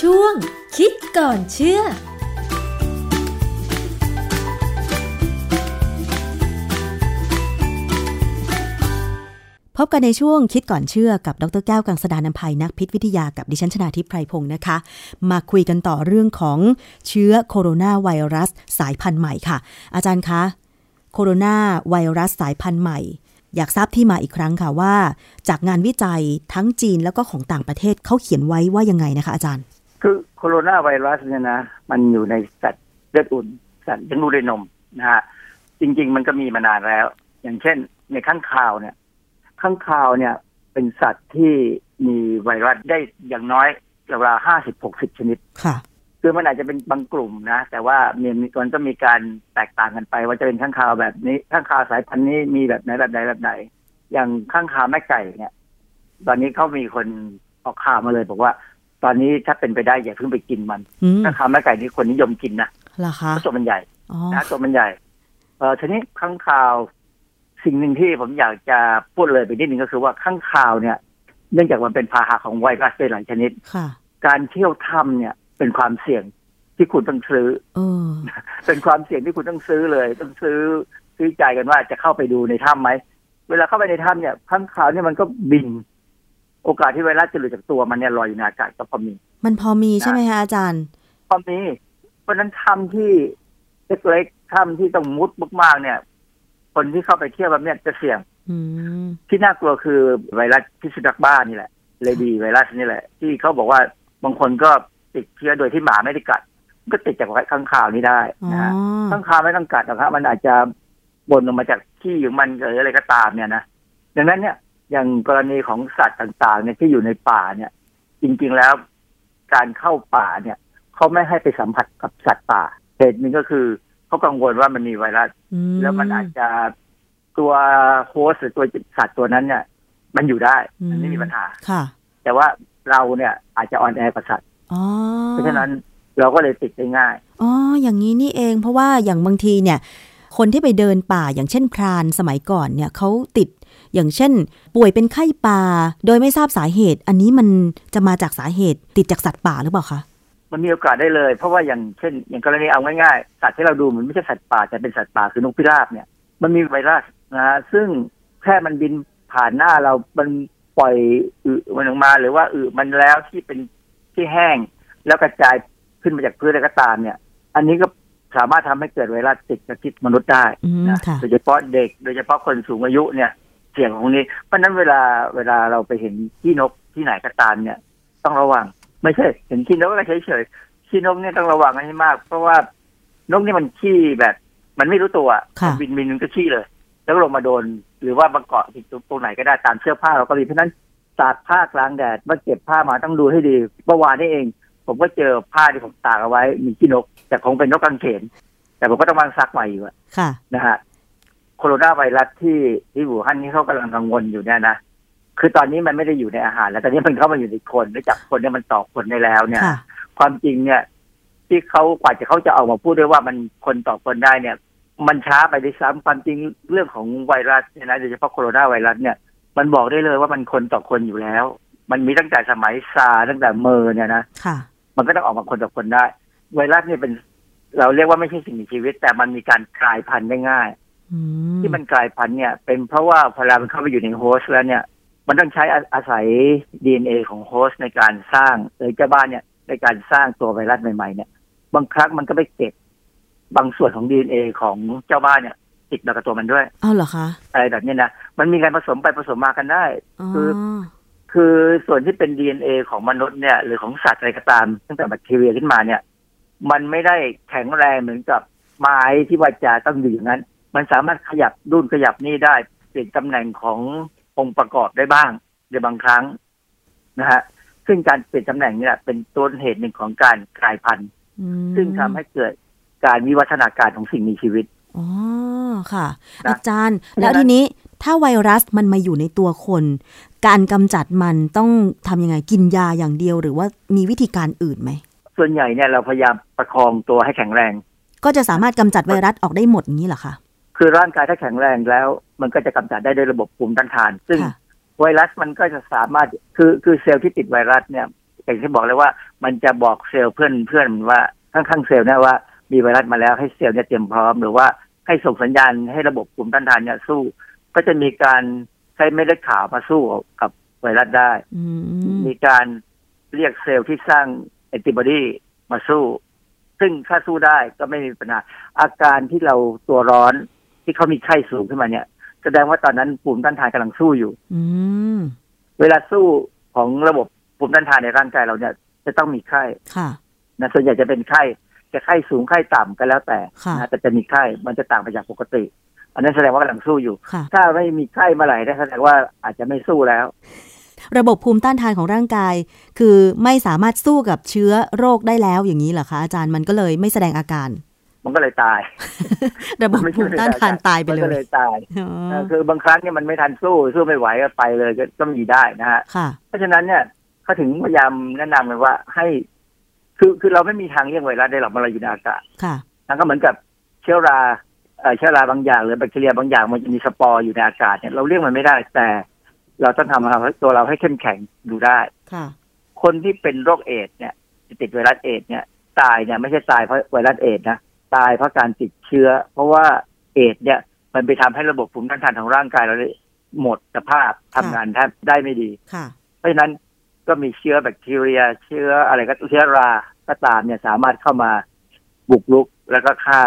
ช่วง คิดก่อนเชื่อ พบกันในช่วงคิดก่อนเชื่อกับดรแก้วกังสดานนภัยนักพิษวิทยากับดิฉันชนาทิพไพรพงศ์นะคะ มาคุยกันต่อเรื่องของเชื้อโคโรนาไวรัสสายพันธุ์ใหม่ค่ะ อาจารย์คะ โคโรนาไวรัสสายพันธุ์ใหม่ อยากทราบที่มาอีกครั้งค่ะว่า จากงานวิจัยทั้งจีนแล้วก็ของต่างประเทศเขาเขียนไว้ว่ายังไงนะคะอาจารย์ คือโคโรนาไวรัสเนี่ยนะ มันอยู่ในสัตว์เลือดอุ่น สัตว์เลี้ยงลูกด้วยนมนะฮะจริง ๆ มันก็มีมานานแล้ว อย่างเช่น ในข้างข่าวเนี่ย ข้างข่าวเนี่ยเป็นสัตว์ที่มีไวรัสได้อย่างน้อยราวๆห้าสิบหกสิบชนิด ค่ะ คือมันอาจจะเป็นบางกลุ่มนะ แต่ว่ามีมันก็มีการแตกต่างกันไป ว่าจะเป็นข้างคาวแบบนี้ ข้างคาวสายพันธุ์นี้มีแบบไหนแบบใดแบบไหน อย่างข้างคาวแม่ไก่เนี่ย ตอนนี้เขามีคนออกข่าวมาเลย บอกว่า ตอนนี้ถ้าเป็นไปได้อย่าเพิ่งไปกินมัน อืม ข้างคาวแม่ไก่นี่คนนิยมกินนะ เหรอ เพ คะ ราะตัวมันใหญ่ อ๋อ นะตัวมันใหญ่ เออทีนี้ข้างคาวสิ่งหนึ่งที่ผมอยากจะพูดเลยไปนิดหนึ่งก็คือว่าข้างคาวเนี่ย เนื่องจากมันเป็นพาหะของไวรัสเป็นหลายชนิด ค่ะ การเที่ยวถ้ำเนี่ยเป็นความเสี่ยงที่คุณต้องซื้อ เออ เป็นความเสี่ยงที่คุณต้องซื้อเลย ต้องซื้อซื้อใจกันว่าจะเข้าไปดูในถ้ำไหม เวลาเข้าไปในถ้ำเนี่ยข้างคาวเนี่ยมันก็บิน โอกาสที่ไวรัสจะหลุดจากตัวมันเนี่ยลอยอยู่ในอากาศก็พอมี มันพอมีใช่ไหมคะอาจารย์ พอมีเพราะฉะนั้นถ้ำที่เล็กๆถ้ำที่ต้องมุดมากๆเนี่ย คนที่เข้าไปเที่ยวแบบเนี้ยจะเสี่ยง อืม ที่น่ากลัวคือไวรัสพิษสุนัขบ้านี่แหละเลดีไวรัสนี่แหละ ที่เขาบอกว่าบางคนก็ติดเชื้อโดยที่หมาไม่ได้กัด ก็ติดจากข้างคาวนี้ได้ อ๋อ นะฮะ ข้างคาวไม่ต้องกัดหรอกครับมันอาจจะบ่นออกมาจากขี้ของมันหรืออะไรก็ตามเนี่ยนะดังนั้นเนี่ยอย่างกรณีของสัตว์ต่างๆเนี่ยที่อยู่ในป่าเนี่ย จริงๆแล้วการเข้าป่าเนี่ยเขาไม่ให้ไปสัมผัสกับสัตว์ป่าเหตุหนึ่งก็คือเขากังวลว่ามันมีไวรัส อืม แล้วมันอาจจะตัวโฮสต์หรือตัวสัตว์ตัวนั้นเนี่ย มันอยู่ได้มันไม่มีปัญหา ค่ะ แต่ว่าเราเนี่ยอาจจะอ่อนแอกว่าสัตว์ อ๋อ เพราะฉะนั้นเราก็เลยติดได้ง่าย อ๋อ อย่างนี้นี่เอง เพราะว่าอย่างบางทีเนี่ย คนที่ไปเดินป่าอย่างเช่นพรานสมัยก่อนเนี่ยเขาติด อย่างเช่น ป่วยเป็นไข้ป่า โดยไม่ทราบสาเหตุ อันนี้มันจะมาจากสาเหตุติดจากสัตว์ป่าหรือเปล่าคะ มันมีโอกาสได้เลย เพราะว่าอย่างเช่น อย่างกรณีเอาง่ายๆสัตว์ที่เราดูมันไม่ใช่สัตว์ป่าแต่เป็นสัตว์ป่าคือนกพิราบเนี่ย มันมีไวรัสนะฮะซึ่งแค่มันบินผ่านหน้าเรามันปล่อยอึมันออกมาหรือว่าอึมันแล้วที่เป็นที่แห้ง แล้วกระจายขึ้นมาจากพื้นอะไรก็ตามเนี่ย อันนี้ก็สามารถทำให้เกิดไวรัสติดกับจิตมนุษย์ได้ อืม นะ ค่ะ โดยเฉพาะเด็ก โดยเฉพาะคนสูงอายุเนี่ย เสี่ยงของนี้ เพราะฉะนั้นเวลาเวลาเราไปเห็นขี้นกที่ไหนก็ตามเนี่ย ต้องระวัง ไม่ใช่ เห็นขี้นกก็เฉยๆขี้นกเนี่ยต้องระวังให้มาก เพราะว่านกนี่มันขี้แบบ มันไม่รู้ตัว ค่ะ บินบินมันก็ขี้เลย แล้วลงมาโดน หรือว่ามาเกาะติดตรงไหนก็ได้ตามเสื้อผ้าเราก็มีเพราะฉะนั้นตากผ้ากลางแดดมาเก็บผ้ามาต้องดูให้ดีเมื่อวานนี่เอง ผมก็เจอผ้าที่ผมตากเอาไว้ มีขี้นก แต่คงเป็นนกกางเขน แต่ผมก็ต้องวางซักใหม่อยู่อะ ค่ะ นะฮะโคโรนาไวรัสที่ที่อู่ฮั่นนี่เขากำลังกังวลอยู่เนี่ยนะคือตอนนี้มันไม่ได้อยู่ในอาหาร แล้วตอนนี้มันเข้ามาอยู่ในคนและจากคนเนี่ยมันต่อคนได้แล้วเนี่ย ค่ะ ความจริงเนี่ย ที่เขากว่าจะเขาจะเอามาพูดด้วยว่ามันคนต่อคนได้เนี่ย มันช้าไปด้วยซ้ำความจริงเรื่องของไวรัสเนี่ยนะโดยเฉพาะโคโรนาไวรัสเนี่ย มันบอกได้เลยว่ามันคนต่อคนอยู่แล้ว มันมีตั้งแต่สมัยซาร์ตั้งแต่เมอร์เนี่ยนะ ค่ะ มันก็ต้องออกมาคนต่อคนได้ ไวรัสเนี่ยเป็น เราเรียกว่าไม่ใช่สิ่งมีชีวิต แต่มันมีการกลายพันธุ์ได้ง่าย อืม ที่มันกลายพันธุ์เนี่ยเป็นเพราะว่าพอเรามันเข้าไปอยู่ในโฮสต์แล้วเนี่ย มันต้องใช้อาอาศัย DNA ของโฮสต์ในการสร้างหรือเจ้าบ้านเนี่ยในการสร้างตัวไวรัสใหม่ๆเนี่ย บางครั้งมันก็ไปเก็บบางส่วนของ DNA ของเจ้าบ้านเนี่ย ติดมากับตัวมันด้วย เอาเหรอคะ อะไรแบบเนี้ยนะมันมีการผสมไปผสมมากันได้ อ๋อ คือ คือส่วนที่เป็น DNA ของมนุษย์เนี่ย หรือของสัตว์อะไรก็ตามตั้งแต่แบคทีเรียขึ้นมาเนี่ย มันไม่ได้แข็งแรงเหมือนกับไม้ที่ว่าจะต้องอยู่อย่างนั้น มันสามารถขยับดุนขยับนี่ได้เปลี่ยนตำแหน่งขององค์ประกอบได้บ้างในบางครั้งนะฮะซึ่งการเปลี่ยนตำแหน่งนี่แหละเป็นต้นเหตุหนึ่งของการกลายพันธุ์ อืม ซึ่งทำให้เกิดการวิวัฒนาการของสิ่งมีชีวิต อ๋อ ค่ะ นะ อาจารย์ เพราะฉะนั้น แล้วทีนี้ถ้าไวรัสมันมาอยู่ในตัวคน การกำจัดมันต้องทำยังไง กินยาอย่างเดียวหรือว่ามีวิธีการอื่นไหม ส่วนใหญ่เนี่ยเราพยายามประคองตัวให้แข็งแรง ก็จะสามารถกำจัดไวรัสออกได้หมดอย่างนี้เหรอคะ คือร่างกายถ้าแข็งแรงแล้ว มันก็จะกำจัดได้ด้วยระบบภูมิต้านทาน ซึ่ง ค่ะ ไวรัสมันก็จะสามารถคือคือเซลล์ที่ติดไวรัสเนี่ย อย่างที่บอกเลยว่า มันจะบอกเซลล์เพื่อนเพื่อนมันว่าข้างๆเซลล์เนี่ยว่ามีไวรัสมาแล้วให้เซลล์เนี่ยเตรียมพร้อมหรือว่าให้ส่งสัญญาณให้ระบบภูมิต้านทานเนี่ยสู้ ก็จะมีการใช้เม็ดเลือดขาวมาสู้กับไวรัสได้ อืม มีการเรียกเซลล์ที่สร้างแอนติบอดีมาสู้ ซึ่งถ้าสู้ได้ก็ไม่มีปัญหา อาการที่เราตัวร้อนที่เขามีไข้สูงขึ้นมาเนี่ย แสดงว่าตอนนั้นภูมิต้านทานกำลังสู้อยู่ อืม เวลาสู้ของระบบภูมิต้านทานในร่างกายเราเนี่ยจะต้องมีไข้ ค่ะ นะส่วนใหญ่จะเป็นไข้จะไข้สูงไข้ต่ำก็แล้วแต่ ค่ะ นะแต่จะมีไข้มันจะต่างไปจากปกติ อันนั้นแสดงว่ากำลังสู้อยู่ ค่ะ ถ้าไม่มีไข้เมื่อไหร่นะแสดงว่าอาจจะไม่สู้แล้ว ระบบภูมิต้านทานของร่างกาย คือไม่สามารถสู้กับเชื้อโรคได้แล้วอย่างนี้เหรอคะอาจารย์มันก็เลยไม่แสดงอาการ มันก็เลยตาย ระบบ ภูมิต้านทานตายไปเล มันก็เลยยตาย อ๋อ เออคือบางครั้งเนี่ยมันไม่ทันสู้สู้ไม่ไหวก็ไปเลยก็ก็มีได้นะฮะ ค่ะ เพราะฉะนั้นเนี่ยเขาถึงพยายามแนะนำเลยว่าให้ คือคือเราไม่มีทางเลี่ยงไวรัสได้หรอกมันเราอยู่ในอากาศ ค่ะ มันก็เหมือนกับเชื้อราเอ่อเชื้อราบางอย่างหรือแบคทีเรียบางอย่างมันจะมีสปอร์อยู่ในอากาศเนี่ยเราเลี่ยงมันไม่ได้แต่ เราต้องทำเอาตัวเราให้เข้มแข็งอยู่ได้ ค่ะ คนที่เป็นโรคเอดส์เนี่ยติดไวรัสเอดส์เนี่ย ตายเนี่ยไม่ใช่ตายเพราะไวรัสเอดส์นะตายเพราะการติดเชื้อ เพราะว่าเอดส์เนี่ย มันไปทำให้ระบบภูมิต้านทานของร่างกายเราเนี่ยหมดสภาพทำงานแทบได้ไม่ดี ค่ะ เพราะฉะนั้นก็มีเชื้อแบคทีเรีย เชื้ออะไรก็เชื้อราก็ตามเนี่ยสามารถเข้ามาบุกรุกแล้วก็ฆ่า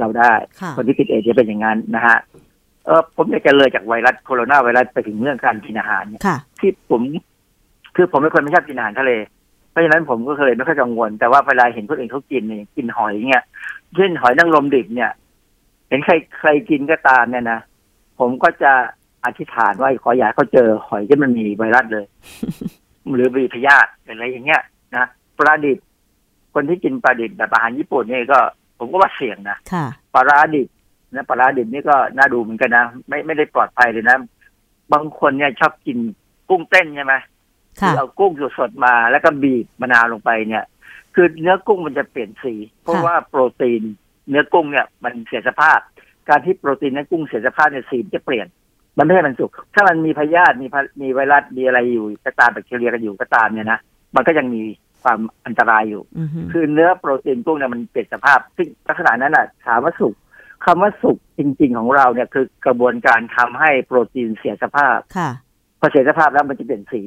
เราได้ ค่ะ คนที่ติดเอดส์จะเป็นอย่างนั้นนะฮะเออผมอยากจะเลยจากไวรัสโคโรนาไวรัสไปถึงเรื่องการกินอาหาร ค่ะ ที่ผมคือผมเป็นคนไม่ชอบกินอาหารทะเล เพราะฉะนั้นผมก็เคยไม่ค่อยกังวล แต่ว่าเวลาเห็นคนอื่นเขากินเนี่ยกินหอยเนี่ยเช่นหอยนางรมดิบเนี่ย เห็นใครใครกินก็ตามเนี่ยนะผมก็จะอธิษฐานว่าขออย่าให้เขาเจอหอยที่มันมีไวรัสเลย หรือมีพยาธิอะไรอย่างเงี้ยนะปลาดิบคนที่กินปลาดิบแบบอาหารญี่ปุ่นเนี่ยก็ ผมก็ว่าเสี่ยงนะ ค่ะ ปลาร้าดิบนะปลาร้าดิบนี่ก็น่าดูเหมือนกันนะไม่ไม่ได้ปลอดภัยเลยนะ บางคนเนี่ยชอบกินกุ้งเต้นใช่ไหม ค่ะ อเอากุ้งสดๆมา แล้วก็บีบมะนาวลงไปเนี่ย คือเนื้อกุ้งมันจะเปลี่ยนสี เพราะ ค่ะ ว่าโปรตีน เนื้อกุ้งเนี่ย มันเสียสภาพ การที่โปรตีนเนื้อกุ้งเสียสภาพเนี่ยสีมันจะเปลี่ยน มันไม่ใช่มันสุกถ้ามันมีพยาธิมีพะมีไวรัสมีอะไรอยู่ก็ตามแบคทีเรียกันอยู่ก็ตามเนี่ยนะมันก็ยังมีความอันตรายอยู่ อือหือ คือเนื้อโปรตีนกุ้งเนี่ยมันเปลี่ยนสภาพ ซึ่งลักษณะนั้นอ่ะถามว่าสุกคำว่าสุกจริง ๆ ของเราเนี่ยคือกระบวนการทำให้โปรตีนเสียสภาพ ค่ะ พอเสียสภาพแล้วมันจะเปลี่ยนสี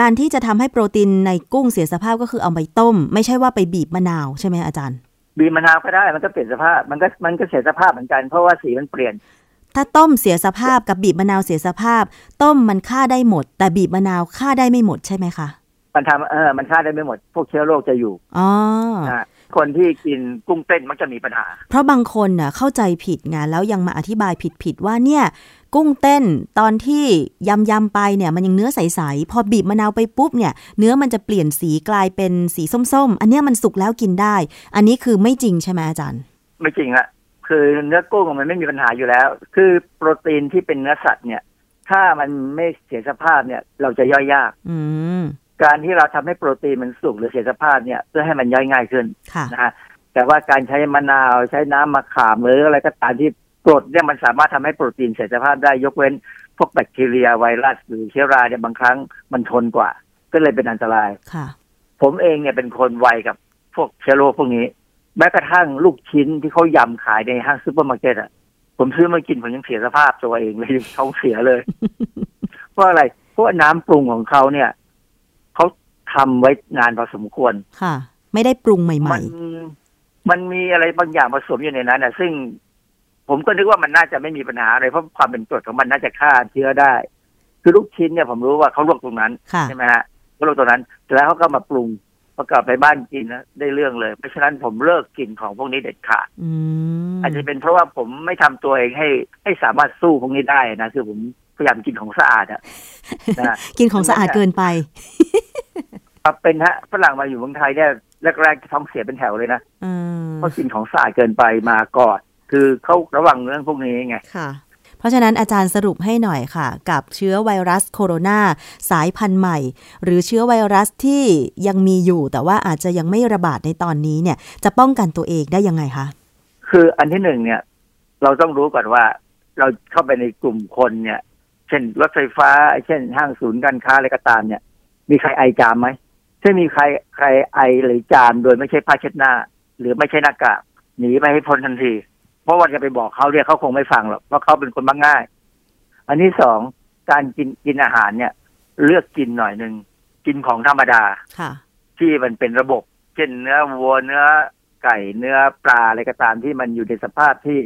การที่จะทำให้โปรตีนในกุ้งเสียสภาพก็คือเอาไปต้ม ไม่ใช่ว่าไปบีบมะนาวใช่ไหมอาจารย์ บีบมะนาวก็ได้มันก็เปลี่ยนสภาพ มันก็มันก็เสียสภาพเหมือนกันเพราะว่าสีมันเปลี่ยน ถ้าต้มเสียสภาพกับบีบมะนาวเสียสภาพ ต้มมันฆ่าได้หมด แต่บีบมะนาวฆ่าได้ไม่หมดใช่ไหมคะ มันทำเออมันฆ่าได้ไม่หมด พวกเชื้อโรคจะอยู่ อ๋อ นะคนที่กินกุ้งเต้นมักจะมีปัญหา เพราะบางคนน่ะเข้าใจผิดไงแล้วยังมาอธิบายผิดๆว่าเนี่ย กุ้งเต้นตอนที่ยำยำๆไปเนี่ยมันยังเนื้อใสๆพอบีบมะนาวไปปุ๊บเนี่ย เนื้อมันจะเปลี่ยนสีกลายเป็นสีส้มๆ อันเนี้ยมันสุกแล้วกินได้ อันนี้คือไม่จริงใช่ไหมอาจารย์ ไม่จริงอะคือเนื้อกุ้งอะมันไม่มีปัญหาอยู่แล้ว คือโปรตีนที่เป็นเนื้อสัตว์เนี่ย ถ้ามันไม่เสียสภาพเนี่ย เราจะย่อยยาก อืม การที่เราทำให้โปรตีนมันสุกหรือเสียสภาพเนี่ยเพื่อให้มันย่อยง่ายขึ้น ค่ะ นะฮะแต่ว่าการใช้มะนาวใช้น้ำมะขามหรืออะไรก็ตามที่กรดเนี่ยมันสามารถทำให้โปรตีนเสียสภาพได้ยกเว้น พวกแบคทีเรียไวรัสหรือเชื้อราเนี่ยบางครั้งมันทนกว่า ก็เลยเป็นอันตราย ค่ะ ผมเองเนี่ยเป็นคนไวกับพวกเชื้อโรคพวกนี้ แม้กระทั่งลูกชิ้นที่เขายำขายในห้างซูเปอร์มาร์เก็ตอ่ะผมซื้อมากินผมยังเสียสภาพตัวเองเลยยังท้องเสียเลย เพราะอะไรเพราะว่าน้ำปรุงของเขาเนี่ยเขาทำไว้นานพอสมควร ค่ะ ไม่ได้ปรุงให มั ม่ นมันมีอะไรบางอย่างผสมอยู่ในนั้นนะซึ่ง ผมก็นึกว่ามันน่าจะไม่มีปัญหาอะไรเพราะความเป็นกรดของมันน่าจะฆ่าเชื้อได้ คือลูกชิ้นเนี่ยผมรู้ว่าเขาลวกตรงนั้น ๆ ค่ะ ใช่ไหมฮะก็ลงตรงนั้นเสร็จแล้วเขาก็มาปรุงประกลับไปบ้านกินนะได้เรื่องเลย เพราะฉะนั้นผมเลิกกินของพวกนี้เด็ดขาด อืม อาจจะเป็นเพราะว่าผมไม่ทำตัวเองให้ให้สามารถสู้พวกนี้ได้นะ คือผมพยายามกินของสะอาดอะนะ กินของสะอาดเกินไป ครับเป็นฮะฝรั่งมาอยู่เมืองไทยเนี่ยแรกๆท้องเสียเป็นแถวเลยนะ อืม เพราะกินของสะอาดเกินไปมาก่อนคือเขาระวังเรื่องพวกนี้ไง ค่ะ เพราะฉะนั้นอาจารย์สรุปให้หน่อยค่ะ กับเชื้อไวรัสโคโรนาสายพันธุ์ใหม่ หรือเชื้อไวรัสที่ยังมีอยู่ แต่ว่าอาจจะยังไม่ระบาดในตอนนี้เนี่ย จะป้องกันตัวเองได้ยังไงคะ คืออันที่หนึ่งเนี่ย เราต้องรู้ก่อนว่าเราเข้าไปในกลุ่มคนเนี่ย เช่นรถไฟฟ้า เช่นห้างศูนย์การค้าอะไรก็ตามเนี่ย มีใครไอจามไหม ถ้ามีใครใครไอหรือจามโดยไม่ใช่ผ้าเช็ดหน้า หรือไม่ใช่หน้ากากหนีไปให้พ้นทันที เพราะว่าจะไปบอกเขาเนี่ยเขาคงไม่ฟังหรอกเพราะเขาเป็นคนมักง่าย อันที่สองการกินกินอาหารเนี่ย เลือกกินหน่อยหนึ่งกินของธรรมดา ค่ะ ที่มันเป็นระบบ เช่นเนื้อวัวเนื้อไก่เนื้อปลาอะไรก็ตามที่มันอยู่ในสภาพที่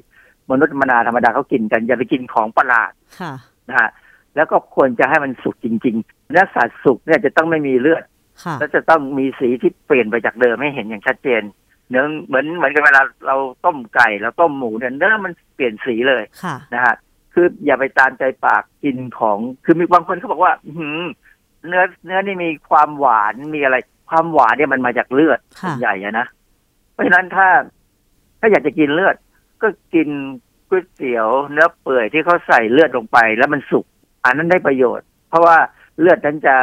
มนุษย์ธรรมดาธรรมดาเขากินกัน อย่าไปกินของประหลาด ค่ะ นะฮะแล้วก็ควรจะให้มันสุกจริงๆเนื้อสัตว์สุกเนี่ยจะต้องไม่มีเลือด ค่ะ แล้วจะต้องมีสีที่เปลี่ยนไปจากเดิมให้เห็นอย่างชัดเจน เนื้อเหมือนเหมือนกับเวลาเราต้มไก่เราต้มหมูเนี่ยเนื้อมันเปลี่ยนสีเลย ค่ะ นะฮะคืออย่าไปตามใจปากกินของคือมีบางคนเขาบอกว่า อื้อหือเนื้อเนื้อนี่มีความหวานมีอะไร ความหวานเนี่ยมันมาจากเลือด ค่ะ ส่วนใหญ่อะนะเพราะฉะนั้นถ้า ถ้าอยากจะกินเลือด ก็กินก๋วยเตี๋ยวเนื้อเปื่อยที่เขาใส่เลือดลงไป แล้วมันสุกอันนั้นได้ประโยชน์ เพราะว่าเลือดนั้นจะ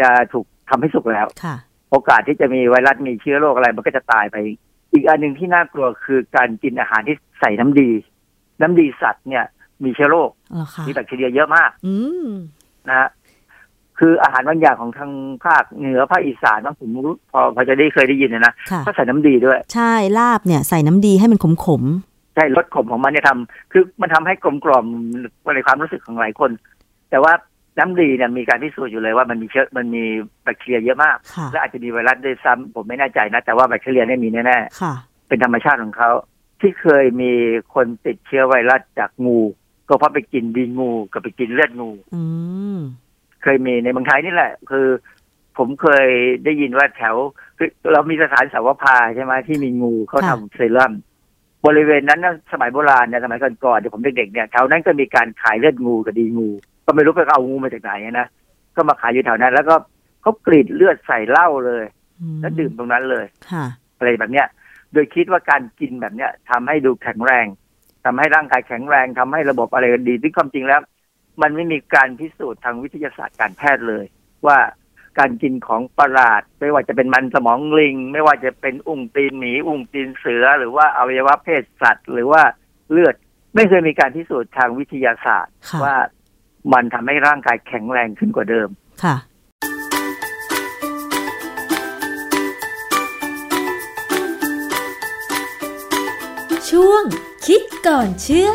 จะถูกทำให้สุกแล้ว ค่ะ โอกาสที่จะมีไวรัสมีเชื้อโรคอะไรมันก็จะตายไป อีกอันหนึ่งที่น่ากลัวคือการกินอาหารที่ใส่น้ำดี น้ำดีสัตว์เนี่ย มีเชื้อโรค เหรอคะ มีแบคทีเรียเยอะมาก อืม นะฮะคืออาหารบางอย่างของทางภาคเหนือภาคอีสานบางผมรู้พอพอจะได้เคยได้ยินนะนะ ค่ะ ก็ใส่น้ำดีด้วย ใช่ ลาบเนี่ยใส่น้ำดีให้มันขมขม ใช่รสขมของมันเนี่ยทำคือมันทำให้กลมกล่อมในความรู้สึกของหลายคน แต่ว่าน้ำดีเนี่ยมีการพิสูจน์อยู่เลยว่ามันมีเชื้อมันมีแบคทีเรียเยอะมาก ๆค่ะ และอาจจะมีไวรัสด้วยซ้ำผมไม่แน่ใจนะ แต่ว่าแบคทีเรียเนี่ยมีแน่ๆ ค่ะ เป็นธรรมชาติของเขาที่เคยมีคนติดเชื้อไวรัสจากงู ก็เพราะไปกินดีงูกับไปกินเลือดงู อืม เคยมีในเมืองไทยนี่แหละ คือ ผมเคยได้ยินว่าแถวคือเรามีสถานสาวพาใช่ไหมที่มีงูเขาทำ ค่ะ เซรั่มบริเวณนั้นนะสมัยโบราณเนี่ยสมัยก่อนๆเดี๋ยวผมเด็กๆเนี่ยแถวนั้นก็มีการขายเลือดงูกับดีงู ก็ไม่รู้ไปเอางูมาจากไหนนะก็มาขายอยู่แถวนั้น แล้วก็เขากรีดเลือดใส่เหล้าเลย อื แล้วดื่มตรงนั้นเลย ค่ะ อะไรแบบเนี้ย โดยคิดว่าการกินแบบเนี้ยทำให้ดูแข็งแรงทำให้ร่างกายแข็งแรงทำให้ระบบอะไรดีที่งความจริงแล้ว มันไม่มีการพิสูจน์ทางวิทยาศาสตร์การแพทย์เลย ว่าการกินของประหลาด ไม่ว่าจะเป็นมันสมองลิง ไม่ว่าจะเป็นอุ้งตีนหมีอุ้งตีนเสือ หรือว่าอวัยวะเพศสัตว์ หรือว่าเลือด ไม่เคยมีการพิสูจน์ทางวิทยาศาสตร์ ค่ะ ว่ามันทำให้ร่างกายแข็งแรงขึ้นกว่าเดิม ค่ะ ช่วงคิดก่อนเชื่อ